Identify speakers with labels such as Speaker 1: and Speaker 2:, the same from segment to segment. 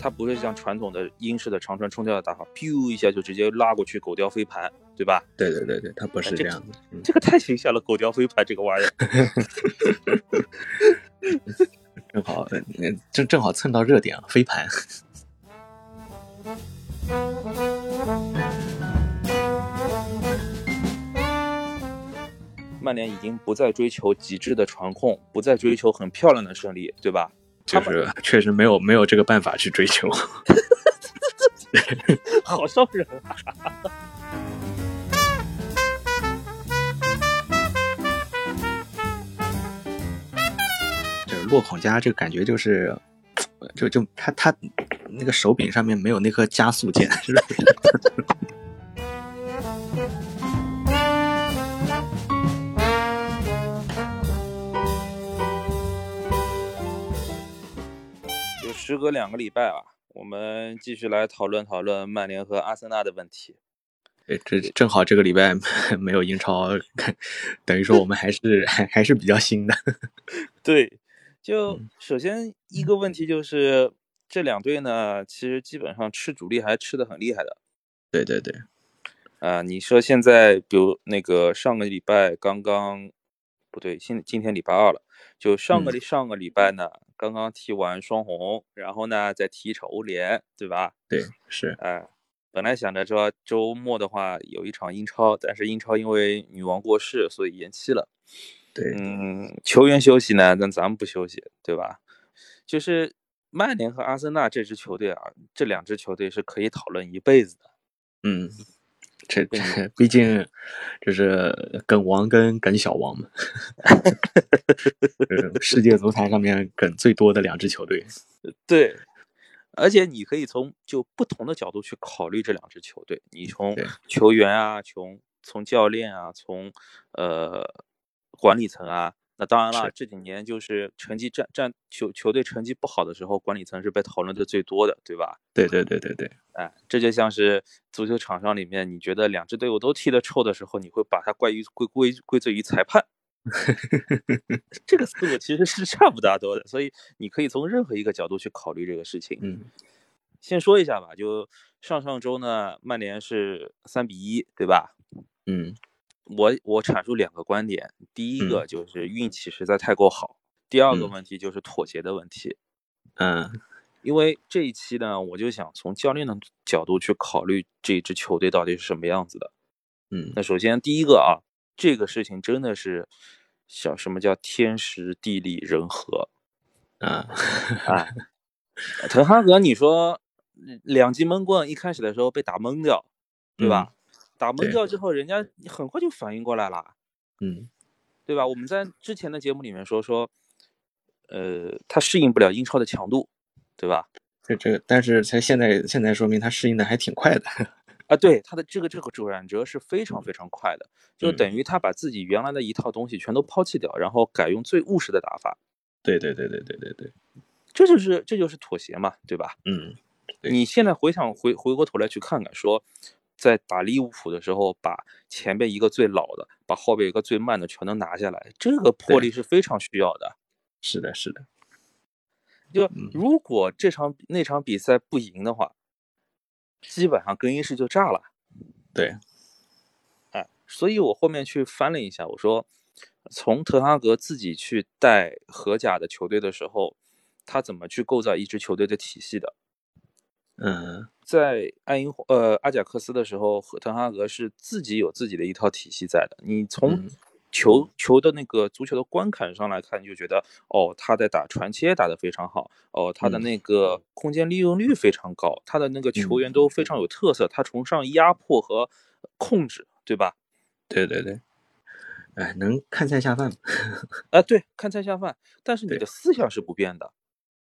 Speaker 1: 它不是像传统的英式的长传冲吊的打法，咻一下就直接拉过去狗叼飞盘，对吧？
Speaker 2: 对对对对，它不是
Speaker 1: 这
Speaker 2: 这样的。嗯
Speaker 1: 这个太形象了，狗叼飞盘这个玩意儿。
Speaker 2: 正好，呃正正好蹭到热点啊，飞盘。
Speaker 1: 曼联已经不再追求极致的传控，不再追求很漂亮的胜利，对吧？
Speaker 2: 就是确实没有没有这个办法去追求。
Speaker 1: 好伤人啊！
Speaker 2: 就是洛孔加这个感觉就是，就就他他那个手柄上面没有那颗加速键， 是吧？
Speaker 1: 就时隔两个礼拜啊，我们继续来讨论讨论曼联和阿森纳的问题。
Speaker 2: 对，这正好这个礼拜没有英超， 等于说我们还是还还是比较新的。
Speaker 1: 对，就首先一个问题就是，这两队呢，其实基本上吃主力还吃的很厉害的。
Speaker 2: 对对对，
Speaker 1: 啊、你说现在，比如那个上个礼拜刚刚，不对，现今天礼拜二了，就上个
Speaker 2: 嗯
Speaker 1: 礼、上个礼拜呢，刚刚踢完双红，然后呢再踢一场欧联，对吧？
Speaker 2: 对是，
Speaker 1: 哎、本来想着说周末的话有一场英超，但是英超因为女王过世，所以延期了。
Speaker 2: 对
Speaker 1: 嗯，球员休息呢，那咱们不休息，对吧？就是曼联和阿森纳这支球队啊，这两支球队是可以讨论一辈子的。
Speaker 2: 嗯，这这毕竟就是梗王跟梗小 王嘛，就是世界足坛上面梗最多的两支球队。
Speaker 1: 对，而且你可以从就不同的角度去考虑这两支球队，你从
Speaker 2: 对
Speaker 1: 球员啊，从从教练啊，从呃管理层啊。那当然了，这几年就是成绩战战球球队成绩不好的时候，管理层是被讨论的最多的，对吧？
Speaker 2: 对对对对对，
Speaker 1: 哎，这就像是足球场上里面，你觉得两支队伍都踢得臭的时候，你会把它怪于归归归罪于裁判。这个思路其实是差不大多的，所以你可以从任何一个角度去考虑这个事情。
Speaker 2: 嗯
Speaker 1: 先说一下吧，就上上周呢，曼联是三比一，对吧？
Speaker 2: 嗯
Speaker 1: 我我阐述两个观点，第一个
Speaker 2: 嗯
Speaker 1: 就是运气实在太过好，第二个
Speaker 2: 嗯
Speaker 1: 问题就是妥协的问题。
Speaker 2: 嗯
Speaker 1: 因为这一期呢，我就想从教练的角度去考虑这支球队到底是什么样子的。
Speaker 2: 嗯
Speaker 1: 那首先第一个啊，这个事情真的是小什么叫天时地利人和
Speaker 2: 啊，
Speaker 1: 啊？滕哈格，你说两记闷棍，一开始的时候被打懵掉，对吧？打懵
Speaker 2: 嗯对
Speaker 1: 掉之后，人家很快就反应过来了，
Speaker 2: 嗯
Speaker 1: 对吧？我们在之前的节目里面说说，呃，他适应不了英超的强度，对吧？
Speaker 2: 这这，但是他现在现在说明他适应的还挺快的。
Speaker 1: 啊，对，他的这个这个转折是非常非常快的，就
Speaker 2: 嗯
Speaker 1: 等于他把自己原来的一套东西全都抛弃掉，然后改用最务实的打法，
Speaker 2: 对对对对对对对，
Speaker 1: 这就是这就是妥协嘛，对吧？
Speaker 2: 嗯对
Speaker 1: 你现在回想回回过头来去看看，说在打利物浦的时候，把前面一个最老的，把后边一个最慢的全都拿下来，这个魄
Speaker 2: 对
Speaker 1: 力是非常需要的。
Speaker 2: 是的，是的，
Speaker 1: 就
Speaker 2: 嗯
Speaker 1: 如果这场那场比赛不赢的话，基本上更衣室就炸了。
Speaker 2: 对，
Speaker 1: 哎，所以我后面去翻了一下，我说从滕哈格自己去带荷甲的球队的时候，他怎么去构造一支球队的体系的？
Speaker 2: 嗯
Speaker 1: 在爱因呃阿贾克斯的时候，和滕哈格是自己有自己的一套体系在的。你从
Speaker 2: 嗯
Speaker 1: 球球的那个足球的观感上来看，你就觉得哦，他在打传切打得非常好，哦，他的
Speaker 2: 嗯
Speaker 1: 那个空间利用率非常高，他的那个球
Speaker 2: 嗯
Speaker 1: 员都非常有特色，他崇尚压迫和控制，对吧？
Speaker 2: 对对对，哎，能看菜下饭。
Speaker 1: 啊，对，看菜下饭，但是你
Speaker 2: 对
Speaker 1: 的思想是不变的。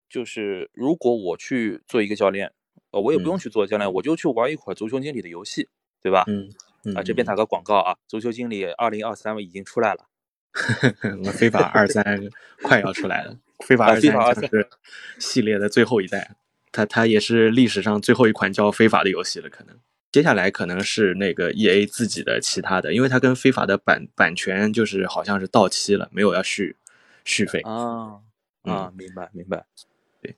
Speaker 1: 就是如果我去做一个教练，呃，我也不用
Speaker 2: 嗯
Speaker 1: 去做教练，我就去玩一会儿足球经理的游戏，对吧？
Speaker 2: 嗯嗯
Speaker 1: 啊，这边打个广告啊，足球经理二零二三已经出来了，
Speaker 2: 我们非法二三快要出来了，非法
Speaker 1: 啊
Speaker 2: 二
Speaker 1: 非法
Speaker 2: 三
Speaker 1: 23
Speaker 2: 是系列的最后一代，它它也是历史上最后一款叫非法的游戏了，可能。接下来可能是那个 E A 自己的其他的，因为它跟非法的版版权就是好像是到期了，没有要续续费。
Speaker 1: 啊
Speaker 2: 嗯
Speaker 1: 啊，明白明白。
Speaker 2: 对，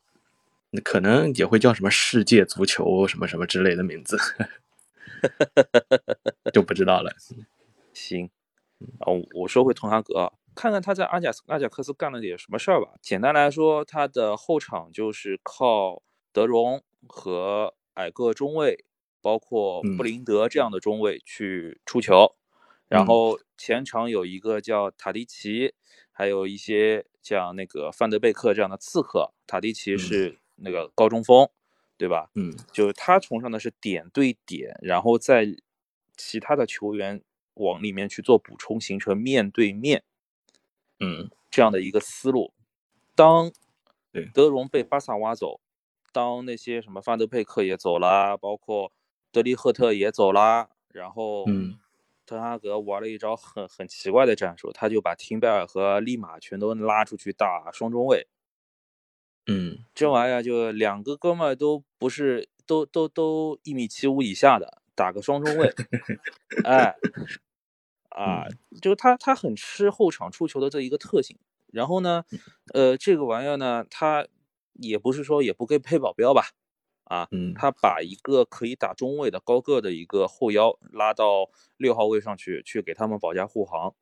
Speaker 2: 那可能也会叫什么世界足球什么什么之类的 名字，就不知道了。
Speaker 1: 行，哦，我说回滕哈格啊，看看他在阿贾斯阿贾克斯干了点什么事儿吧。简单来说，他的后场就是靠德容和矮个中卫，包括布林德这样的中卫去出球，然后前场有一个叫塔迪奇，还有一些像那个范德贝克这样的刺客。塔迪奇是那个高中锋，对吧？
Speaker 2: 嗯，
Speaker 1: 就是他崇尚的是点对点，然后在其他的球员往里面去做补充，形成面对面
Speaker 2: 嗯
Speaker 1: 这样的一个思路。当
Speaker 2: 对
Speaker 1: 德容被巴萨挖走，当那些什么范德佩克也走啦，包括德里赫特也走啦，然后
Speaker 2: 嗯
Speaker 1: 滕哈格玩了一招很很奇怪的战术，他就把廷贝尔和利马全都拉出去打双中卫。
Speaker 2: 嗯
Speaker 1: 这玩意儿就两个哥们儿都不是，都都都一米七五以下的，打个双中卫，哎，啊，就他他很吃后场出球的这一个特性。然后呢，呃，这个玩意儿呢，他也不是说也不给配保镖吧，啊，
Speaker 2: 嗯
Speaker 1: 他把一个可以打中卫的高个的一个后腰拉到六号位上去，去给他们保驾护航。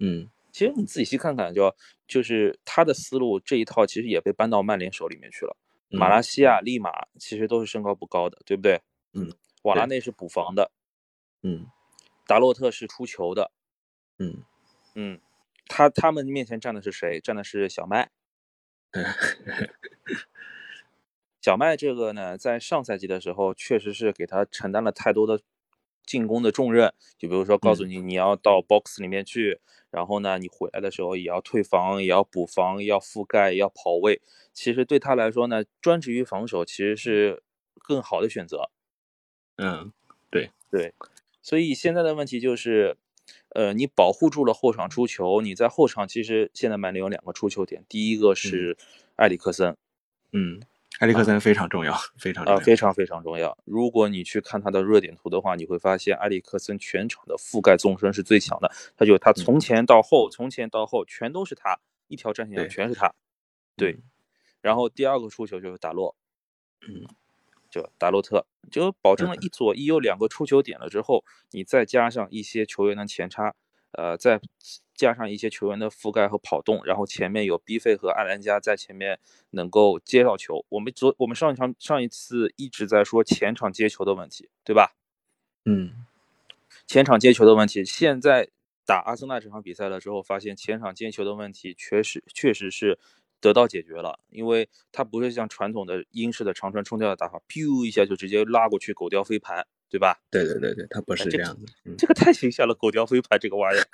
Speaker 2: 嗯
Speaker 1: 其实你自己细看看就，就是他的思路这一套，其实也被搬到曼联手里面去了。
Speaker 2: 嗯
Speaker 1: 马拉西亚、利马其实都是身高不高的，对不对？
Speaker 2: 嗯，
Speaker 1: 瓦拉
Speaker 2: 对
Speaker 1: 内是补防的，
Speaker 2: 嗯
Speaker 1: 达洛特是出球的。
Speaker 2: 嗯，
Speaker 1: 嗯，他他们面前站的是谁？站的是小麦。小麦这个呢，在上赛季的时候，确实是给他承担了太多的进攻的重任。就比如说，告诉你你要到 box 里面去，然后呢，你回来的时候也要退防，也要补防，要覆盖，要跑位。其实对他来说呢，专职于防守其实是更好的选择。
Speaker 2: 嗯
Speaker 1: 所以现在的问题就是，呃，你保护住了后场出球，你在后场其实现在曼联有两个出球点，第一个是埃里克森
Speaker 2: 嗯，埃里克森非常重要，非常
Speaker 1: 啊、
Speaker 2: 重要。
Speaker 1: 非常非常重要。如果你去看他的热点图的话，你会发现埃里克森全场的覆盖纵深是最强的，他就他从前到后，从前到后全都是他，一条战线上
Speaker 2: 对
Speaker 1: 全是他。对，然后第二个出球就是达洛，
Speaker 2: 嗯，
Speaker 1: 就达洛特，就保证了一左一右两个出球点了之后，你再加上一些球员的前插，呃，再加上一些球员的覆盖和跑动，然后前面有 B 费和艾兰加在前面能够接到球。我们昨我们上一场上一次一直在说前场接球的问题，对吧？
Speaker 2: 嗯
Speaker 1: 前场接球的问题，现在打阿森纳这场比赛了之后，发现前场接球的问题确实确实是得到解决了，因为它不是像传统的英式的长传冲吊的打法，咻一下就直接拉过去狗叼飞盘，对吧？
Speaker 2: 对对对对，他不是
Speaker 1: 啊这
Speaker 2: 这样的。嗯
Speaker 1: 这个太形象了，狗叼飞盘这个玩意儿。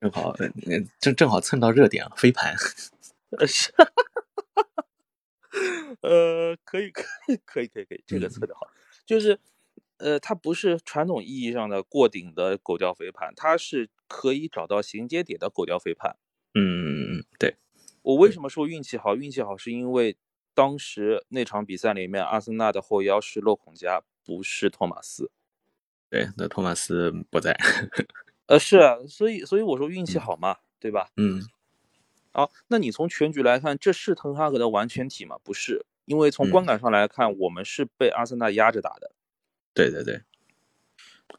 Speaker 2: 正好，呃正正好蹭到热点啊，飞盘。
Speaker 1: 是， 呃，可以，可以，可以，可以，可以，这个
Speaker 2: 嗯
Speaker 1: 测的好，就是，呃，它不是传统意义上的过顶的狗叼飞盘，它是可以找到衔接点的狗叼飞盘。
Speaker 2: 嗯嗯嗯，对，
Speaker 1: 我为什么说运气好？运气好是因为当时那场比赛里面，阿森纳的后腰是洛孔加，不是托马斯。
Speaker 2: 对，那托马斯不在。
Speaker 1: 呃，是啊，所以所以我说运气好嘛，对吧？
Speaker 2: 嗯
Speaker 1: 啊，那你从全局来看，这是滕哈格的完全体吗？不是，因为从观感上来看，我们是被阿森纳压着打的。
Speaker 2: 对对对，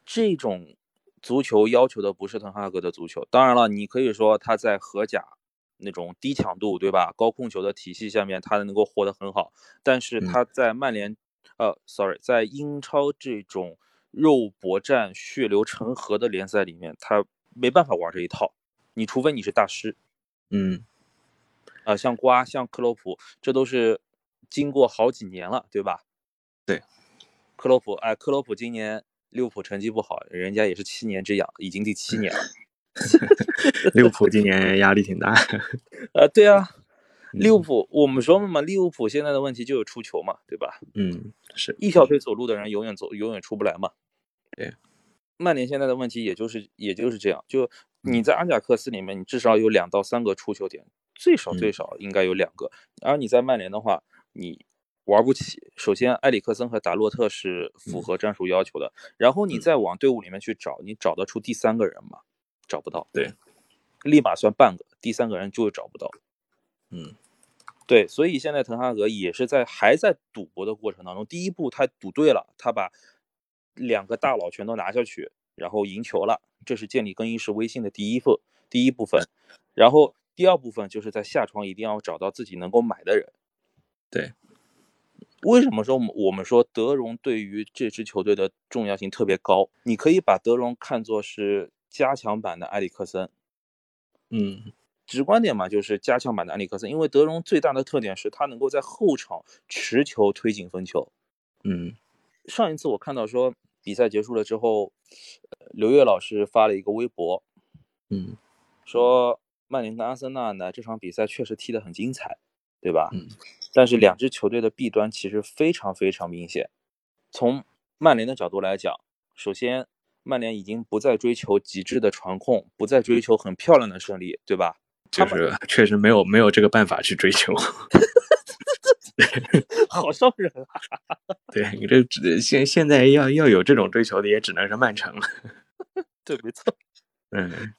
Speaker 1: 这种足球要求的不是滕哈格的足球。当然了，你可以说他在荷甲那种低强度，对吧？高控球的体系下面，他能够活得很好。但是
Speaker 2: 嗯
Speaker 1: 他在曼联，呃，sorry，在英超这种肉搏战、血流成河的联赛里面，他没办法玩这一套。你除非你是大师
Speaker 2: 嗯
Speaker 1: 啊、呃像瓜、像克洛普，这都是经过好几年了，对吧？
Speaker 2: 对，
Speaker 1: 克洛普，哎，克洛普今年利物浦成绩不好，人家也是七年之痒，已经第七年 了。
Speaker 2: 利物浦今年压力挺大。
Speaker 1: 呃，对啊，
Speaker 2: 嗯
Speaker 1: 利物浦，我们说嘛，利物浦现在的问题就有出球嘛，对吧？
Speaker 2: 嗯，是，
Speaker 1: 一条腿走路的人永远走，永远出不来嘛。
Speaker 2: 对，嗯
Speaker 1: 曼联现在的问题也就是也就是这样，就你在阿贾克斯里面，你至少有两到三个出球点，最少最
Speaker 2: 嗯
Speaker 1: 少应该有两个。而你在曼联的话，你玩不起。首先，埃里克森和达洛特是符
Speaker 2: 嗯
Speaker 1: 合战术要求的，然后你
Speaker 2: 嗯
Speaker 1: 再往队伍里面去找，你找得出第三个人吗？找不到。
Speaker 2: 对，
Speaker 1: 立马算半个，第三个人就找不到。
Speaker 2: 嗯，
Speaker 1: 对，所以现在滕哈格也是在还在赌博的过程当中，第一步他赌对了，他把两个大佬全都拿下去，然后赢球了，这是建立更衣室威信的第一步第一部分。然后第二部分就是在下床一定要找到自己能够买的人。
Speaker 2: 对，
Speaker 1: 为什么说我们我们说德容对于这支球队的重要性特别高？你可以把德容看作是加强版的埃里克森，
Speaker 2: 嗯，
Speaker 1: 直观点嘛，就是加强版的埃里克森，因为德容最大的特点是他能够在后场持球推进分球。
Speaker 2: 嗯，
Speaker 1: 上一次我看到说比赛结束了之后，呃刘越老师发了一个微博，
Speaker 2: 嗯，
Speaker 1: 说曼联跟阿森纳呢这场比赛确实踢得很精彩，对吧？
Speaker 2: 嗯。
Speaker 1: 但是两支球队的弊端其实非常非常明显。从曼联的角度来讲，首先曼联已经不再追求极致的传控，不再追求很漂亮的胜利，对吧？
Speaker 2: 就是确实没有没有这个办法去追求。
Speaker 1: 好伤人啊！
Speaker 2: 对你这只现现在要要有这种追求的，也只能是曼城了。
Speaker 1: 对，没错。
Speaker 2: 嗯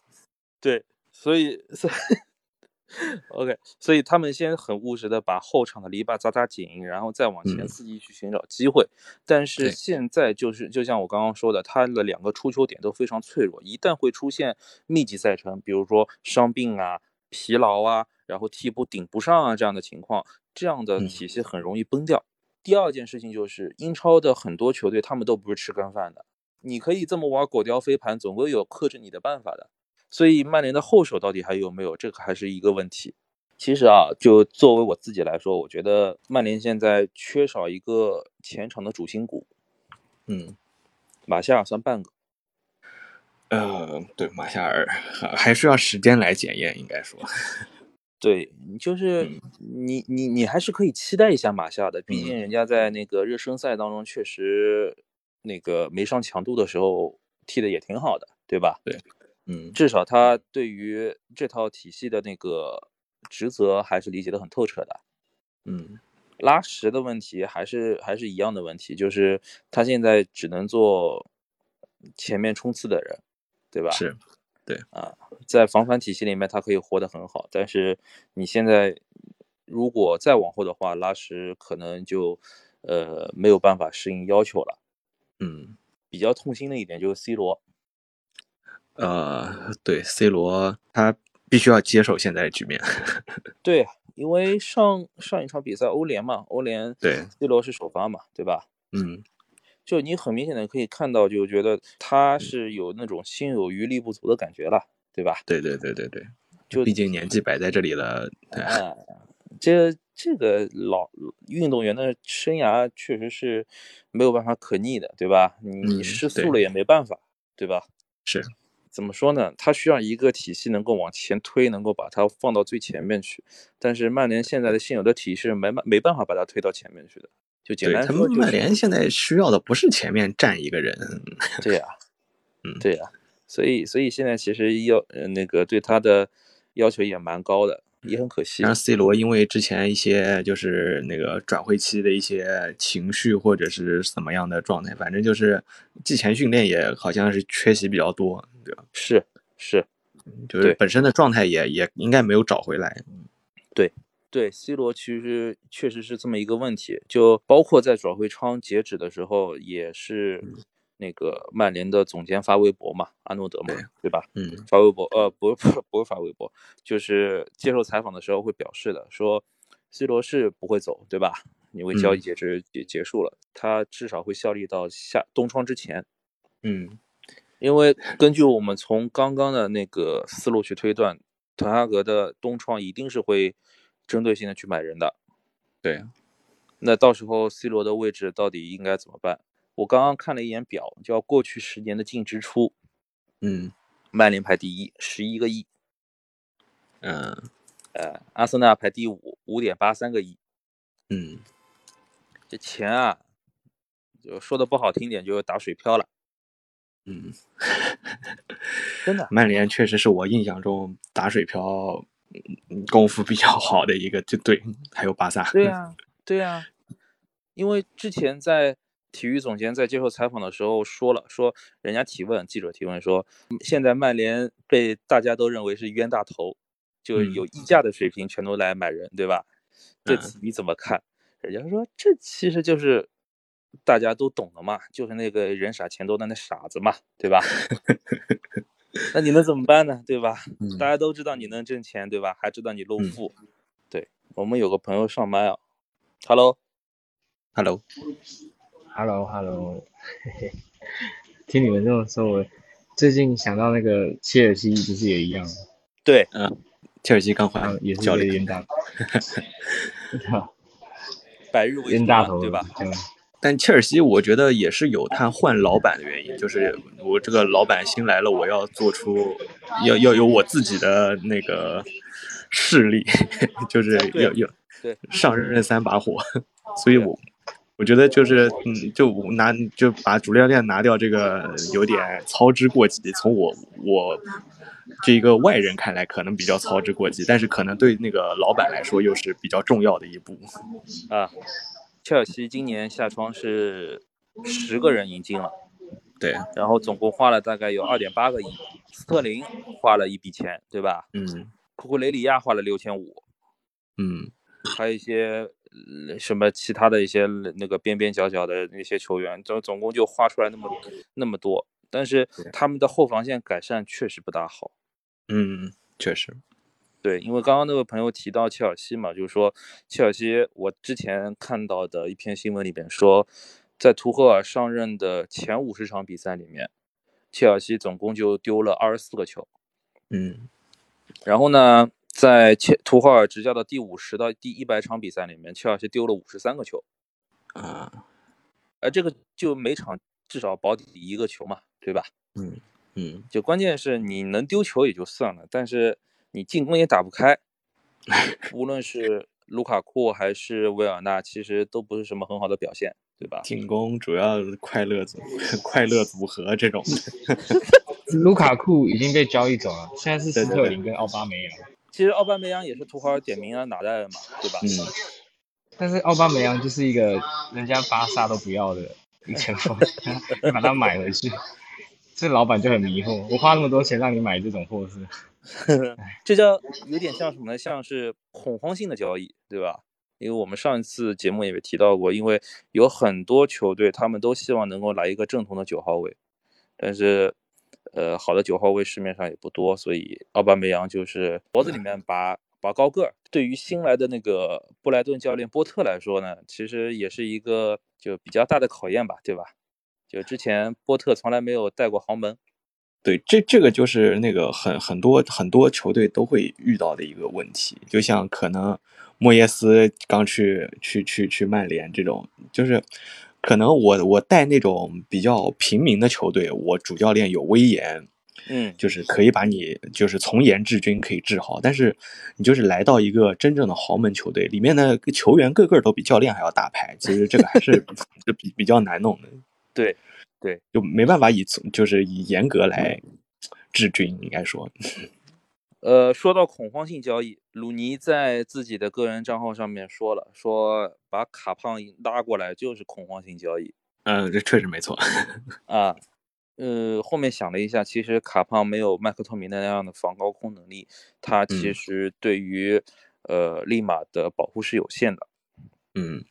Speaker 1: 对，所以所以 OK，所以他们先很务实的把后场的篱笆扎扎紧，然后再往前
Speaker 2: 嗯
Speaker 1: 伺机去寻找机会。但是
Speaker 2: 对
Speaker 1: 现在就是，就像我刚刚说的，他的两个出球点都非常脆弱，一旦会出现密集赛程，比如说伤病啊、疲劳啊，然后替补顶不上啊这样的情况，这样的
Speaker 2: 嗯
Speaker 1: 体系很容易崩掉。第二件事情就是，英超的很多球队他们都不是吃干饭的，你可以这么玩狗叼飞盘，总归有克制你的办法的。所以曼联的后手到底还有没有，这个还是一个问题。其实啊，就作为我自己来说，我觉得曼联现在缺少一个前场的主心骨，
Speaker 2: 嗯
Speaker 1: 马夏尔算半个。
Speaker 2: 呃，对，马夏尔还还是要时间来检验，应该说，
Speaker 1: 对，你就是
Speaker 2: 嗯
Speaker 1: 你你你还是可以期待一下马夏尔的，毕竟
Speaker 2: 嗯
Speaker 1: 人家在那个热身赛当中确实那个没上强度的时候踢的也挺好的，对吧？
Speaker 2: 嗯
Speaker 1: 至少他对于这套体系的那个职责还是理解的很透彻的。
Speaker 2: 嗯
Speaker 1: 拉什的问题还是还是一样的问题，就是他现在只能做前面冲刺的人，对吧？
Speaker 2: 是，
Speaker 1: 在防反体系里面，他可以活得很好，但是你现在如果再往后的话，拉什可能就呃没有办法适应要求了。
Speaker 2: 嗯
Speaker 1: 比较痛心的一点就是 C 罗，
Speaker 2: 呃，对，C 罗他必须要接受现在的局面，
Speaker 1: 对，啊因为上上一场比赛欧联嘛，欧联
Speaker 2: 对
Speaker 1: C 罗是首发嘛，对吧？
Speaker 2: 嗯
Speaker 1: 就你很明显的可以看到，就觉得他
Speaker 2: 嗯
Speaker 1: 是有那种心有余力不足的感觉了，对吧？
Speaker 2: 对对对对对，
Speaker 1: 就
Speaker 2: 毕竟年纪摆在这里了，
Speaker 1: 啊， 这这个老运动员的生涯确实是没有办法可逆的，对吧？你你
Speaker 2: 嗯
Speaker 1: 失速
Speaker 2: 对
Speaker 1: 了也没办法，对吧？
Speaker 2: 是
Speaker 1: 怎么说呢？他需要一个体系能够往前推，能够把它放到最前面去。但是曼联现在的现有的体系是没办没办法把它推到前面去的。就简
Speaker 2: 对
Speaker 1: 单
Speaker 2: 他
Speaker 1: 说
Speaker 2: 们
Speaker 1: 就
Speaker 2: 曼
Speaker 1: 是
Speaker 2: 联现在需要的不是前面站一个人，
Speaker 1: 对呀、
Speaker 2: 嗯
Speaker 1: 对呀、所以所以现在其实要呃那个对他的要求也蛮高的，也很可惜
Speaker 2: 然。后 C 罗因为之前一些就是那个转会期的一些情绪或者是怎么样的状态，反正就是季前训练也好像是缺席比较多，对吧？
Speaker 1: 是是，
Speaker 2: 就是
Speaker 1: 对
Speaker 2: 本身的状态也也应该没有找回来。
Speaker 1: 对，C 罗其实确实是这么一个问题，就包括在转会窗截止的时候，也是
Speaker 2: 嗯
Speaker 1: 那个曼联的总监发微博嘛，阿诺德嘛，
Speaker 2: 对
Speaker 1: 对吧？
Speaker 2: 嗯
Speaker 1: 发微博，呃，不是不是不是发微博，就是接受采访的时候会表示的，说 C 罗是不会走，对吧？因为交易
Speaker 2: 嗯
Speaker 1: 截止也结束了，他至少会效力到下冬窗之前，
Speaker 2: 嗯
Speaker 1: 因为根据我们从刚刚的那个思路去推断，滕哈格的冬窗一定是会针对性的去买人的。
Speaker 2: 对，啊
Speaker 1: 那到时候 C 罗的位置到底应该怎么办？我刚刚看了一眼表，叫过去十年的净支出，
Speaker 2: 嗯
Speaker 1: 曼联排第一，十一个亿，
Speaker 2: 嗯
Speaker 1: 呃，阿森纳排第五，五点八三个亿。
Speaker 2: 嗯，
Speaker 1: 这钱啊，就说的不好听点，就是打水漂了，
Speaker 2: 嗯，
Speaker 1: 真的。
Speaker 2: 曼联确实是我印象中打水漂嗯功夫比较好的一个，就对，还有巴萨。
Speaker 1: 对啊呀、对呀、因为之前在体育总监在接受采访的时候说了，说人家提问记者提问说，现在曼联被大家都认为是冤大头，就
Speaker 2: 嗯
Speaker 1: 有溢价的水平全都来买人，对吧？这你怎么看？人家说这其实就是大家都懂的嘛，就是那个人傻钱多的那傻子嘛，对吧？那你能怎么办呢？对吧？
Speaker 2: 嗯
Speaker 1: 大家都知道你能挣钱，对吧？还知道你露
Speaker 2: 嗯
Speaker 1: 富。对我们有个朋友上班啊，Hello，
Speaker 2: ，Hello，
Speaker 3: h e l l o h e l l o 嘿嘿， 听你们这么说，我最近想到那个切尔西不是也一样吗，
Speaker 1: 对，
Speaker 2: 切尔西刚
Speaker 3: 然后
Speaker 2: 换
Speaker 3: 啊也是
Speaker 2: 教
Speaker 3: 被
Speaker 2: 练
Speaker 3: 冤，大，操
Speaker 1: 百日为
Speaker 3: 冤
Speaker 1: 主
Speaker 3: 大
Speaker 1: 嘛，
Speaker 3: 头
Speaker 1: 对吧？
Speaker 3: 这样
Speaker 2: 但切尔西我觉得也是有他换老板的原因，就是我这个老板新来了，我要做出要要有我自己的那个势力， 就是
Speaker 1: 对
Speaker 2: 要要
Speaker 1: 对
Speaker 2: 上任三把火，所以我我觉得就是嗯，就我拿就把主教练拿掉这个有点操之过急，从我我。这一个外人看来可能比较操之过急，但是可能对那个老板来说又是比较重要的一步。
Speaker 1: 啊，切尔西今年夏窗是十个人引进了。
Speaker 2: 对，
Speaker 1: 然后总共花了大概有二点八个亿，斯特林花了一笔钱，对吧？
Speaker 2: 嗯
Speaker 1: 库库雷里亚花了六千五，
Speaker 2: 嗯。
Speaker 1: 还有一些呃什么其他的一些那个边边角角的那些球员，总总共就花出来那么那么多，但是他们的后防线改善确实不大好。
Speaker 2: 嗯，确实，
Speaker 1: 对，因为刚刚那位朋友提到切尔西嘛，就是说切尔西，我之前看到的一篇新闻里边说，在图赫尔上任的前五十场比赛里面，切尔西总共就丢了二十四个球。
Speaker 2: 嗯
Speaker 1: 然后呢，在切图赫尔执教的第五十到第一百场比赛里面，切尔西丢了五十三个球，
Speaker 2: 啊，
Speaker 1: 而这个就每场至少保底一个球嘛，对吧？
Speaker 2: 嗯，
Speaker 1: 就关键是你能丢球也就算了，但是你进攻也打不开，无论是卢卡库还是维尔纳，其实都不是什么很好的表现，对吧？
Speaker 2: 进攻主要是快乐组 快乐组合这种，
Speaker 3: 卢卡库已经被交易走了，现在是
Speaker 2: 对
Speaker 3: 斯
Speaker 2: 对
Speaker 3: 特
Speaker 2: 对
Speaker 3: 林跟奥巴梅扬，
Speaker 1: 其实奥巴梅扬也是图赫尔点名让拿来的嘛，对吧？
Speaker 2: 嗯，
Speaker 3: 但是奥巴梅扬就是一个人家巴萨都不要的一个前 锋，你把他买回去，这老板就很迷惑，我花那么多钱让你买这种货是？
Speaker 1: 这叫有点像什么呢？像是恐慌性的交易，对吧？因为我们上一次节目也提到过，因为有很多球队他们都希望能够来一个正统的九号位，但是，呃，好的九号位市面上也不多，所以奥巴梅扬就是脖子里面拔拔高个儿。对于新来的那个布莱顿教练波特来说呢，其实也是一个就比较大的考验吧，对吧？就之前波特从来没有带过豪门，
Speaker 2: 对，这这个就是那个很很多很多球队都会遇到的一个问题，就像可能莫耶斯刚去去去去曼联这种，就是可能我我带那种比较平民的球队，我主教练有威严，
Speaker 1: 嗯，
Speaker 2: 就是可以把你就是从严治军可以治好，但是你就是来到一个真正的豪门球队，里面的球员个个都比教练还要大牌，其实这个 还是就比比较难弄的，
Speaker 1: 对，对，
Speaker 2: 就没办法以从就是以严格来治军，应该说，
Speaker 1: 呃，说到恐慌性交易，鲁尼在自己的个人账号上面说了，说把卡胖拉过来就是恐慌性交易
Speaker 2: 嗯，这确实没错，
Speaker 1: 啊。呃，后面想了一下，其实卡胖没有麦克托米奈那样的防高空能力，他其
Speaker 2: 嗯
Speaker 1: 实对于、呃利马的保护是有限的。
Speaker 2: 嗯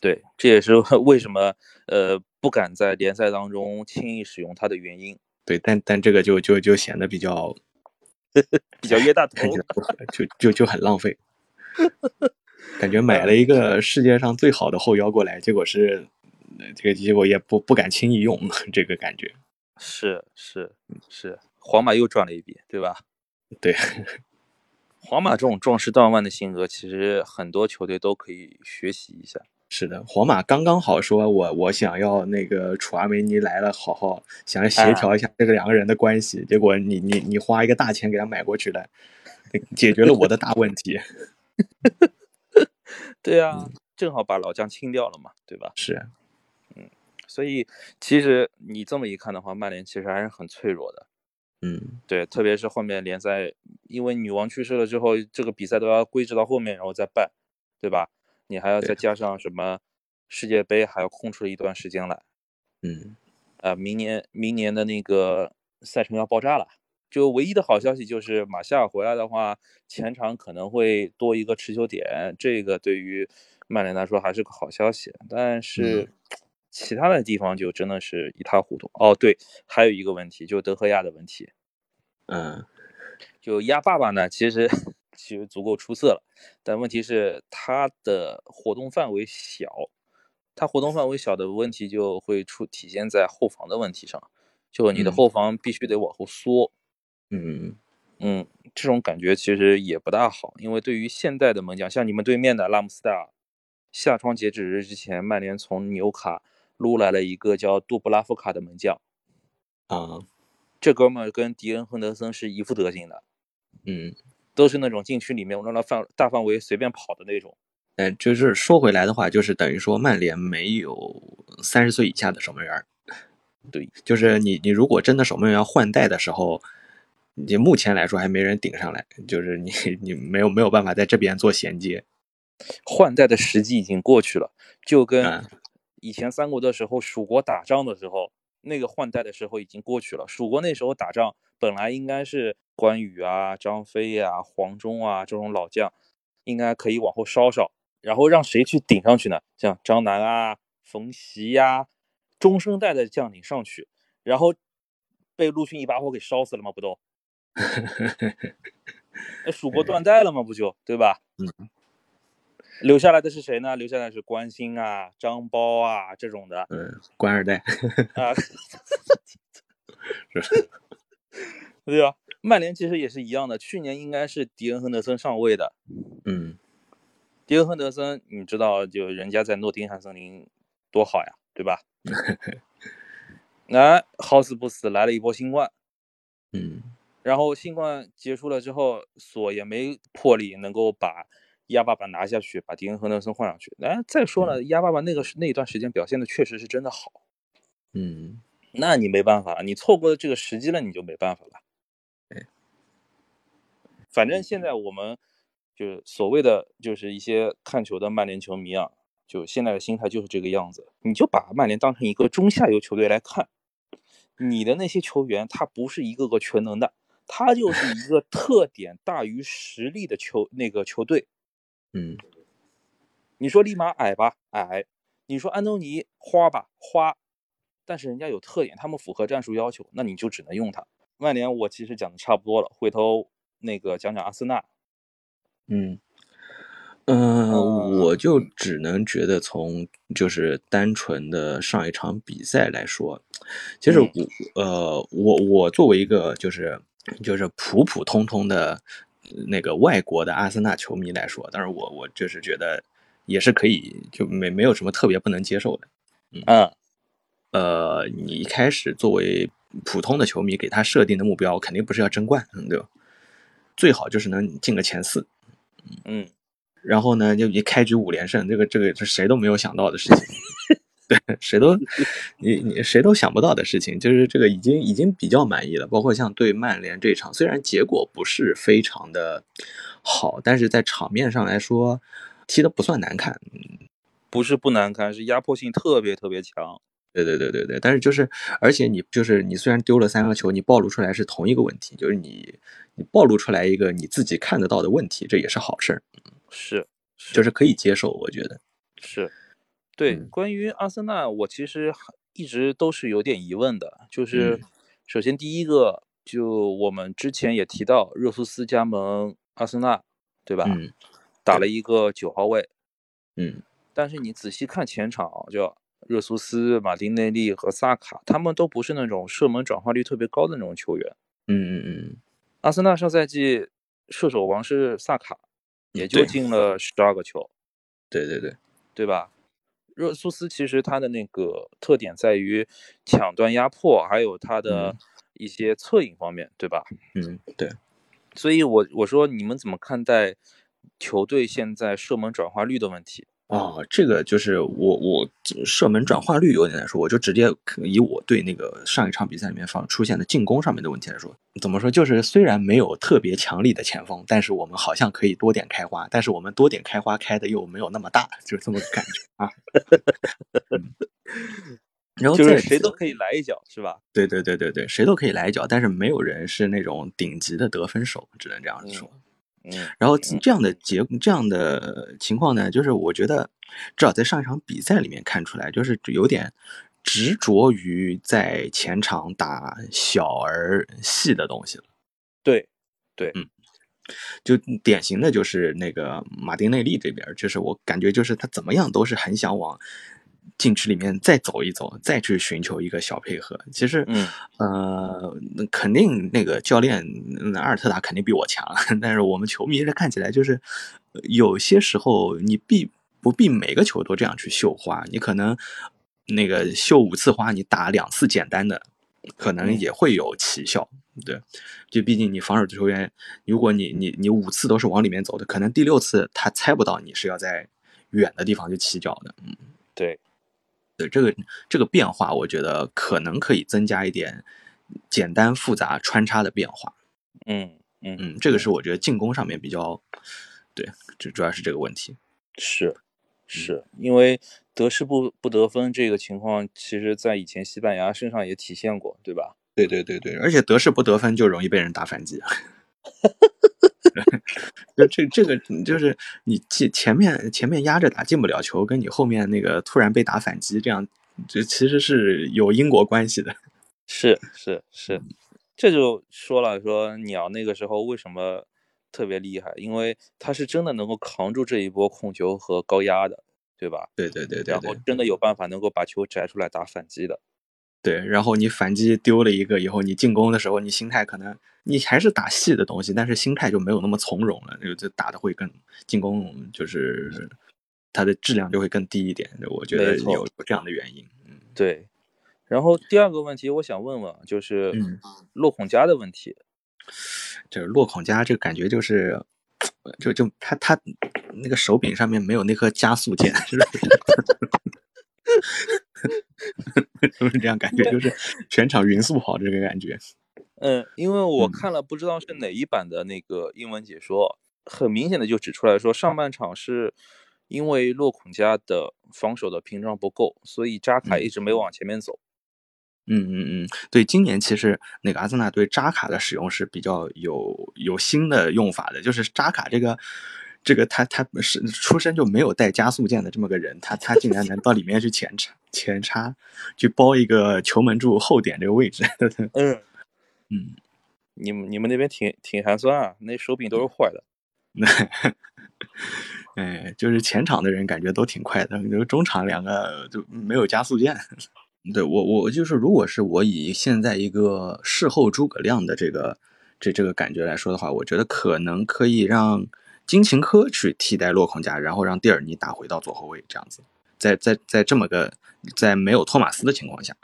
Speaker 1: 对，这也是 为什么呃不敢在联赛当中轻易使用他的原因，
Speaker 2: 对，但但这个就就就显得比较
Speaker 1: 比较冤大头
Speaker 2: 看起来不合就就就很浪费，感觉买了一个世界上最好的后腰过来，结果是。呃这个结果也不不敢轻易用， 这个感觉。
Speaker 1: 是是是，皇马又赚了一笔，对吧？
Speaker 2: 嗯 对，
Speaker 1: 皇马这种壮士断腕的性格，其实很多球队都可以学习一下。
Speaker 2: 是的，皇马刚刚好说我，我想要那个楚阿梅尼来了，好好想要协调一下这个两个人的关系。结果你你你花一个大钱给他买过去了，解决了我的大问题。
Speaker 1: 对啊，
Speaker 2: 嗯
Speaker 1: 正好把老将清掉了嘛，对吧？
Speaker 2: 是，
Speaker 1: 所以其实你这么一看的话，曼联其实还是很脆弱的。
Speaker 2: 嗯，
Speaker 1: 对，特别是后面联赛，因为女王去世了之后，这个比赛都要归置到后面，然后再办，对吧？你还要
Speaker 2: 对
Speaker 1: 再加上什么世界杯，还要空出一段时间来。
Speaker 2: 嗯，
Speaker 1: 呃，明年明年的那个赛程要爆炸了，就唯一的好消息就是马夏尔回来的话，前场可能会多一个持球点，这个对于曼联来说还是个好消息。但是其他的地方就真的是一塌糊涂。哦，对，还有一个问题，就德赫亚的问题。
Speaker 2: 嗯，
Speaker 1: 就鸭爸爸呢，其实 其实足够出色了，但问题是他的活动范围小，他活动范围小的问题就会出体现在后防的问题上，就你的
Speaker 2: 嗯
Speaker 1: 后防必须得往后缩，
Speaker 2: 嗯
Speaker 1: 嗯，这种感觉其实也不大好，因为对于现代的门将，像你们对面的拉姆斯戴尔，夏窗截止日之前，曼联从纽卡撸来了一个叫杜布拉夫卡的门将，
Speaker 2: 啊
Speaker 1: 这哥们儿跟迪恩亨德森是一副德行的，
Speaker 2: 嗯，
Speaker 1: 都是那种禁区里面让他范大范围随便跑的那种。
Speaker 2: 但呃就是说回来的话，就是等于说曼联没有三十岁以下的守门员。
Speaker 1: 对，
Speaker 2: 就是你你如果真的守门员要换代的时候，你目前来说还没人顶上来，就是你你没有没有办法在这边做衔接。
Speaker 1: 换代的时机已经过去了，就跟
Speaker 2: 嗯
Speaker 1: 以前三国的时候蜀国打仗的时候，那个换代的时候已经过去了。蜀国那时候打仗本来应该是关羽啊、张飞啊、黄忠啊这种老将，应该可以往后稍稍，然后让谁去顶上去呢？像张南啊、冯习呀、中生代的将领上去，然后被陆逊一把火给烧死了吗？不都？那蜀国断代了吗？不就对吧？留下来的是谁呢？留下来是关兴啊、张苞啊这种的
Speaker 2: 嗯，官二代，
Speaker 1: 啊，对吧？曼联其实也是一样的，去年应该是迪恩·亨德森上位的。
Speaker 2: 嗯
Speaker 1: 迪恩·亨德森，你知道，就人家在诺丁汉森林多好呀，对吧？那、好死不死来了一波新冠，
Speaker 2: 嗯
Speaker 1: 然后新冠结束了之后，索也没魄力能够把鸭爸爸拿下去，把迪恩·亨德森换上去。哎，再说了，鸭爸爸那个时那一段时间表现的确实是真的好，
Speaker 2: 嗯，
Speaker 1: 那你没办法了，你错过这个时机了，你就没办法了。反正现在我们就是所谓的就是一些看球的曼联球迷啊，就现在的心态就是这个样子，你就把曼联当成一个中下游球队来看，你的那些球员他不是一个个全能的，他就是一个特点大于实力的球那个球队。
Speaker 2: 嗯
Speaker 1: 你说立马矮吧，矮；你说安东尼花吧，花。但是人家有特点，他们符合战术要求，那你就只能用他。曼联我其实讲的差不多了，回头那个讲讲阿森纳。
Speaker 2: 嗯，呃，
Speaker 1: 呃
Speaker 2: 我就只能觉得从就是单纯的上一场比赛来说，其实我、呃，我我作为一个就是就是普普通通的那个外国的阿森纳球迷来说，但是我我就是觉得也是可以，就没没有什么特别不能接受的。
Speaker 1: 嗯
Speaker 2: 呃，你一开始作为普通的球迷给他设定的目标，肯定不是要争冠，嗯对吧？最好就是能进个前四。
Speaker 1: 嗯，
Speaker 2: 然后呢，就一开局五连胜，这个这个是谁都没有想到的事情， 对，谁都你你谁都想不到的事情，就是这个已经已经比较满意了。包括像对曼联这场，虽然结果不是非常的好，但是在场面上来说，踢的不算难看，
Speaker 1: 不是不难看，是压迫性特别特别强。
Speaker 2: 对对对对对，但是就是，而且你就是你虽然丢了三个球，你暴露出来是同一个问题，就是你你暴露出来一个你自己看得到的问题，这也是好事儿，
Speaker 1: 是
Speaker 2: 就是可以接受，我觉得。
Speaker 1: 是，对，
Speaker 2: 嗯
Speaker 1: 关于阿森纳，我其实还一直都是有点疑问的，就是
Speaker 2: 嗯
Speaker 1: 首先第一个，就我们之前也提到热苏斯加盟阿森纳，对吧？
Speaker 2: 嗯
Speaker 1: 打了一个九号位，
Speaker 2: 嗯
Speaker 1: 但是你仔细看前场，就热苏斯、马丁内利和萨卡，他们都不是那种射门转化率特别高的那种球员。
Speaker 2: 嗯嗯嗯，
Speaker 1: 阿森纳上赛季射手王是萨卡，也就
Speaker 2: 对
Speaker 1: 进了十二个球，
Speaker 2: 对对对，
Speaker 1: 对吧？热苏斯其实他的那个特点在于抢断压迫，还有他的
Speaker 2: 嗯
Speaker 1: 一些策应方面，对吧？
Speaker 2: 嗯对，
Speaker 1: 所以我我说你们怎么看待球队现在射门转化率的问题？
Speaker 2: 哦，这个就是我我射门转化率有点难说，我就直接以我对那个上一场比赛里面放出现的进攻上面的问题来说，怎么说？就是虽然没有特别强力的前锋，但是我们好像可以多点开花，但是我们多 点开花开的又没有那么大，就是这么个感觉啊。嗯然后
Speaker 1: 就是
Speaker 2: 再
Speaker 1: 谁
Speaker 2: 次
Speaker 1: 都可以来一脚，是吧？
Speaker 2: 对对对对对，谁都可以来一脚，但是没有人是那种顶级的得分手，只能这样说。
Speaker 1: 嗯，
Speaker 2: 然后这样的结这样的情况呢，就是我觉得至少在上一场比赛里面看出来，就是有点执着于在前场打小而细的东西了。
Speaker 1: 对，
Speaker 2: 就典型的就是那个马丁内利这边儿，就是我感觉就是他怎么样都是很想往禁区里面再走一走，再去寻求一个小配合。其实，
Speaker 1: 嗯
Speaker 2: 呃，那肯定那个教练嗯阿尔特塔肯定比我强， 但是我们球迷这看起来就是呃有些时候你必不必每个球都这样去绣花，你可能那个绣五次花，你打两次简单的，可能
Speaker 1: 嗯
Speaker 2: 也会有奇效。对，就毕竟你防守球员，如果你你你五次都是往里面走的，可能第六次他猜不到你是要在远的地方去起脚的。嗯，
Speaker 1: 对，
Speaker 2: 对，这个这个变化，我觉得可能可以增加一点简单复杂穿插的变化。
Speaker 1: 嗯嗯
Speaker 2: 嗯，这个是我觉得进攻上面比较对，主主要是这个问题。嗯
Speaker 1: 是，是因为得失不不得分这个情况，其实在以前西班牙身上也体现过，对吧？
Speaker 2: 对对对对，而且得势不得分就容易被人打反击。 就这这个就是你前前面前面压着打进不了球，跟你后面那个突然被打反击，这样这其实是有因果关系的。
Speaker 1: 是是是，这就说了说鸟那个时候为什么特别厉害，因为他是真的能够扛住这一波控球和高压的，对吧？
Speaker 2: 对对对对
Speaker 1: 然后
Speaker 2: 对
Speaker 1: 真的有办法能够把球摘出来打反击的，
Speaker 2: 对，然后你反击丢了一个以后，你进攻的时候，你心态可能你还是打细的东西，但是心态就没有那么从容了，就就打的会更进攻就是它的质量就会更低一点。我觉得
Speaker 1: 没错
Speaker 2: 有有这样的原因。嗯
Speaker 1: 对。然后第二个问题，我想问问，就是
Speaker 2: 嗯
Speaker 1: 洛孔加的问题，
Speaker 2: 就是洛孔加这感觉就是，就就他他那个手柄上面没有那颗加速键，是 不是？是不是这样感觉？就是全场匀速跑这个感觉。
Speaker 1: 嗯，因为我
Speaker 2: 嗯
Speaker 1: 看了不知道是哪一版的那个英文解说，很明显的就指出来说，上半场是因为洛孔加的防守的屏障不够，所以扎卡一直没往前面走。
Speaker 2: 嗯嗯嗯，对，今年其实那个阿森纳对扎卡的使用是比较有有新的用法的，就是扎卡这个这个他他是出生就没有带加速键的这么个人，他他竟然能到里面去前插前插去包一个球门柱后点这个位置，
Speaker 1: 嗯，
Speaker 2: 嗯，
Speaker 1: 你们你们那边挺挺寒酸啊，那手柄
Speaker 2: 嗯
Speaker 1: 都是坏的。
Speaker 2: 那哎，就是前场的人感觉都挺快的，就是中场两个就没有加速键。 对我，我就是，如果是我以现在一个事后诸葛亮的这个这这个感觉来说的话，我觉得可能可以让金琴科去替代洛孔加，然后让蒂尔尼打回到左后卫这样子，在在在这么个在没有托马斯的情况下，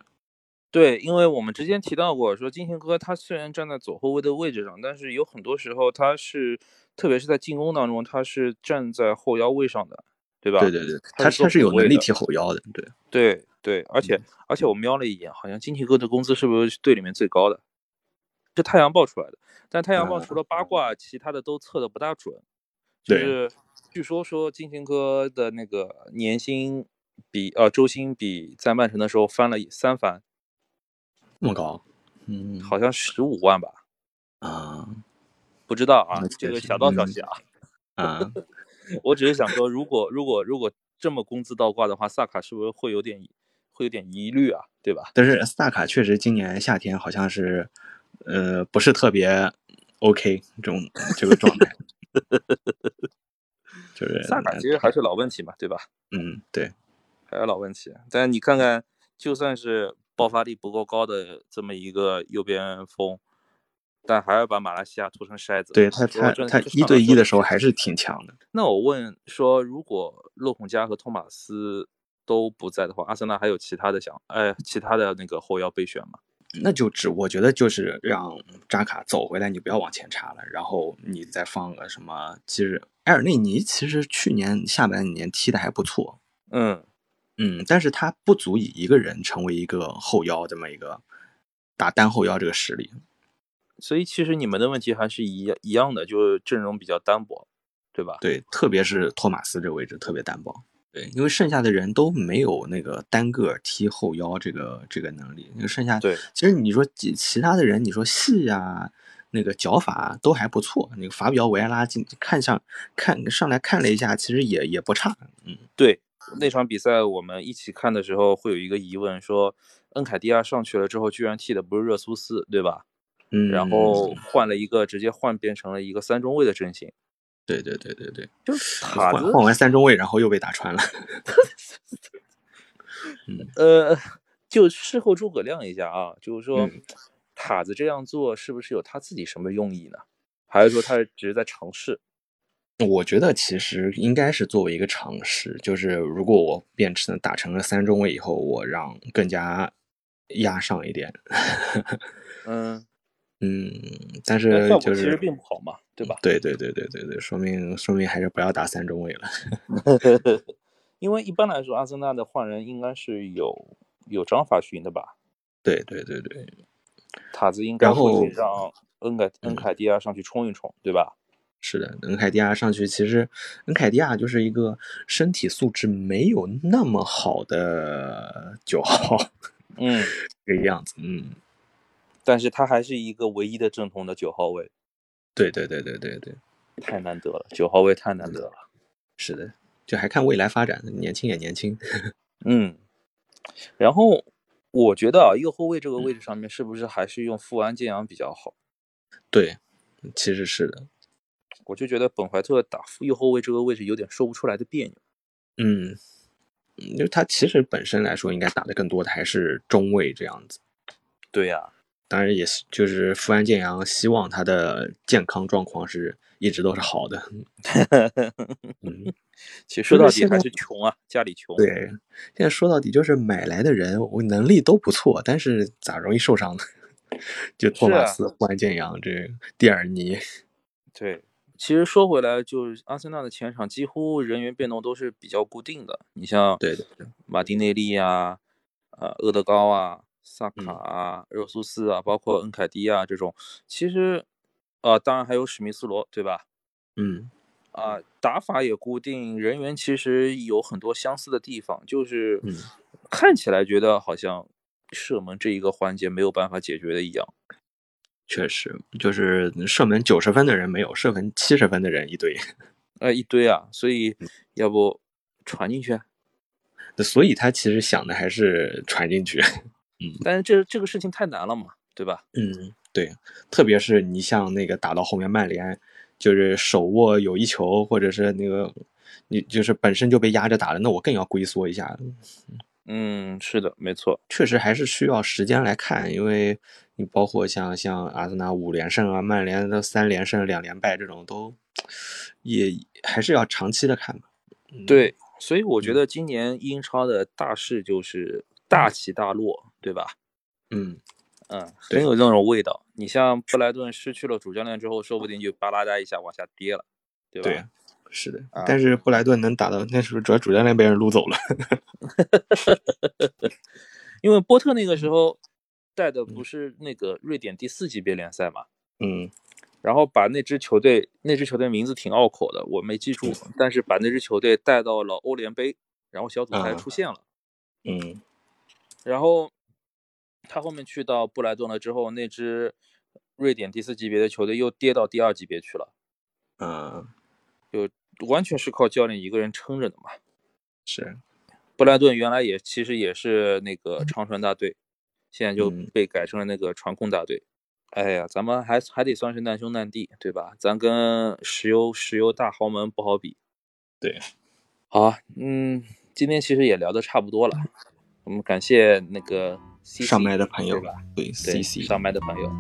Speaker 1: 对，因为我们之前提到过，说金琴科他虽然站在左后卫的位置上，但是有很多时候他是，特别是在进攻当中，他是站在后腰位上的，对吧？
Speaker 2: 对对对，
Speaker 1: 他
Speaker 2: 他
Speaker 1: 是做
Speaker 2: 他是有
Speaker 1: 补位
Speaker 2: 能力
Speaker 1: 的嗯
Speaker 2: 踢后腰的，对。
Speaker 1: 对对，而
Speaker 2: 嗯
Speaker 1: 且、而且我瞄了一眼，好像金奇哥的工资是不是队里面最高的？是太阳报出来的，但太阳报
Speaker 2: 啊
Speaker 1: 除了八卦，其他的都测的不大准。就
Speaker 2: 对
Speaker 1: 是据说说金琴科的那个年薪比呃周薪比在曼城的时候翻了三番，
Speaker 2: 那么高，嗯，
Speaker 1: 好像十五万吧，
Speaker 2: 啊
Speaker 1: 不知道啊
Speaker 2: 那，
Speaker 1: 这
Speaker 2: 确
Speaker 1: 个
Speaker 2: 实
Speaker 1: 小道消
Speaker 2: 嗯
Speaker 1: 息啊。
Speaker 2: 啊，
Speaker 1: 我只是想说，如果如果如果这么工资倒挂的话，萨卡是不是会有点会有点疑虑啊？对吧？
Speaker 2: 但是萨卡确实今年夏天好像是，呃，不是特别 OK 这种这个状态，就是
Speaker 1: 萨卡其实还是老问题嘛，对吧？
Speaker 2: 嗯对，
Speaker 1: 还是老问题。但你看看，就算是爆发力不够高的这么一个右边锋，但还是把马来西亚拖成筛子。
Speaker 2: 对他
Speaker 1: 如果
Speaker 2: 他
Speaker 1: 真
Speaker 2: 他
Speaker 1: 真上
Speaker 2: 一对
Speaker 1: 来
Speaker 2: 一
Speaker 1: 说
Speaker 2: 的时候还是挺强的，
Speaker 1: 那我问说，如果洛孔加和托马斯都不在的话，阿森纳还有其他的想，哎，其他的那个后腰备选吗？
Speaker 2: 那就只我觉得就是让扎卡走回来，你不要往前插了，然后你再放个什么，其实埃尔内尼其实去年下半年踢的还不错，
Speaker 1: 嗯，
Speaker 2: 嗯，但是他不足以一个人成为一个后腰这么一个打单后腰这个实力。
Speaker 1: 所以其实你们的问题还是一样一样的，就是阵容比较单薄，对吧？
Speaker 2: 对，特别是托马斯这个位置特别单薄。对，因为剩下的人都没有那个单个儿踢后腰这个这个能力，因为剩下
Speaker 1: 对，
Speaker 2: 其实你说其其他的人，你说细啊，那个脚法都还不错，那个法比奥维埃拉进看上看上来看了一下，其实也也不差，嗯，
Speaker 1: 对，那场比赛我们一起看的时候，会有一个疑问说，恩凯迪亚上去了之后，居然踢的不是热苏斯，对吧？
Speaker 2: 嗯
Speaker 1: 然后换了一个，直接换变成了一个三中卫的阵型。
Speaker 2: 对对对对对，
Speaker 1: 就塔
Speaker 2: 换
Speaker 1: 子，
Speaker 2: 换完三中卫，然后又被打穿了，
Speaker 1: 呃，就事后诸葛亮一下啊，就是说、
Speaker 2: 嗯
Speaker 1: 塔子这样做是不是有他自己什么用意呢？还是说他只是在尝试？
Speaker 2: 我觉得其实应该是作为一个尝试，就是如果我变成打成了三中卫以后，我让更加压上一点，
Speaker 1: 嗯，
Speaker 2: 嗯，但
Speaker 1: 但
Speaker 2: 是
Speaker 1: 效
Speaker 2: 就
Speaker 1: 果其实
Speaker 2: 是
Speaker 1: 并不好嘛，对 吧？
Speaker 2: 对对对对对对，说明说明还是不要打三中卫了。
Speaker 1: 因为一般来说，阿森纳的换人应该是有有章法去赢的吧？
Speaker 2: 对对对对
Speaker 1: 塔子应该
Speaker 2: 然
Speaker 1: 会
Speaker 2: 后嗯
Speaker 1: 去让恩凯恩凯迪亚上去冲一冲，对吧？
Speaker 2: 是的，恩凯迪亚上去，其实恩凯迪亚就是一个身体素质没有那么好的九号
Speaker 1: 嗯，
Speaker 2: 这个样子。嗯，
Speaker 1: 但是他还是一个唯一的正统的九号位，
Speaker 2: 对对对对对对，
Speaker 1: 太难得了，九号位太难得了。
Speaker 2: 是的，就还看未来发展，年轻也年轻。
Speaker 1: 嗯，然后我觉得啊，右后卫这个位置上面是不是还是用富安健洋比较好？
Speaker 2: 对，其实是的，
Speaker 1: 我就觉得本怀特打右后卫这个位置有点说不出来的别扭。
Speaker 2: 嗯，嗯就他其实本身来说，应该打的更多的还是中卫这样子。
Speaker 1: 对呀、
Speaker 2: 当然也是，就是富安健洋希望他的健康状况是一直都是好的。 嗯。
Speaker 1: 其实说到
Speaker 2: 就是
Speaker 1: 底
Speaker 2: 现在
Speaker 1: 还是穷啊，家里穷。
Speaker 2: 对，现在说到底就是买来的人，我能力都不错，但是咋容易受伤呢？ 就托马斯、关建阳、这蒂尔尼，
Speaker 1: 对，其实说回来，就是阿森纳的前场几乎人员变动都是比较固定的。你像
Speaker 2: 对对
Speaker 1: 马丁内利啊，呃，厄德高啊，萨卡啊，
Speaker 2: 嗯
Speaker 1: 热苏斯啊，包括恩凯迪啊这种，其实，呃，当然还有史密斯罗，对吧？
Speaker 2: 嗯，
Speaker 1: 啊、打法也固定，人员其实有很多相似的地方，就是
Speaker 2: 嗯
Speaker 1: 看起来觉得好像射门这一个环节没有办法解决的一样。
Speaker 2: 确实就是射门九十分的人没有，射门七十分的人一堆，
Speaker 1: 呃，一堆啊，所以
Speaker 2: 嗯
Speaker 1: 要不传进去？啊
Speaker 2: 所以他其实想的还是传进去。
Speaker 1: 但是这这个事情太难了嘛，对吧？
Speaker 2: 嗯，对，特别是你像那个打到后面曼联，就是手握有一球，或者是那个你就是本身就被压着打了，那我更要龟缩一下。
Speaker 1: 嗯，是的，没错。
Speaker 2: 确实还是需要时间来看，因为你包括像像阿森纳五连胜啊、曼联的三连胜、两连败这种都，也还是要长期的看吧。嗯，
Speaker 1: 对，所以我觉得今年英超的大势就是大起大落，对吧？
Speaker 2: 嗯，
Speaker 1: 嗯，
Speaker 2: 对
Speaker 1: 很有那种味道。你像布莱顿失去了主教练之后，说不定就巴拉达一下往下跌了，对吧？
Speaker 2: 对，是的。
Speaker 1: 啊
Speaker 2: 但是布莱顿能打到，那是不是主要主教练被人撸走了？
Speaker 1: 因为波特那个
Speaker 2: 嗯
Speaker 1: 时候带的不是那个瑞典第四级别联赛嘛，
Speaker 2: 嗯，
Speaker 1: 然后把那支球队，那支球队名字挺拗口的，我没记住，但是把那支球队带到了欧联杯，然后小组赛
Speaker 2: 啊
Speaker 1: 出现了，
Speaker 2: 嗯，
Speaker 1: 然后他后面去到布莱顿了之后，那支瑞典第四级别的球队又跌到第二级别去了，
Speaker 2: 啊，
Speaker 1: 完全是靠教练一个人撑着的嘛。
Speaker 2: 是，
Speaker 1: 布莱顿原来也其实也是那个长传大队，现在就
Speaker 2: 嗯
Speaker 1: 被改成了那个传控大队。哎呀，咱们还还得算是难兄难弟，对吧？咱跟石油石油大豪门不好比。
Speaker 2: 对，
Speaker 1: 好啊，嗯，今天其实也聊的差不多了，我们感谢那个 CC,
Speaker 2: 上麦的朋友
Speaker 1: 对吧？
Speaker 2: 对
Speaker 1: 对
Speaker 2: ，CC，
Speaker 1: 上麦的朋友，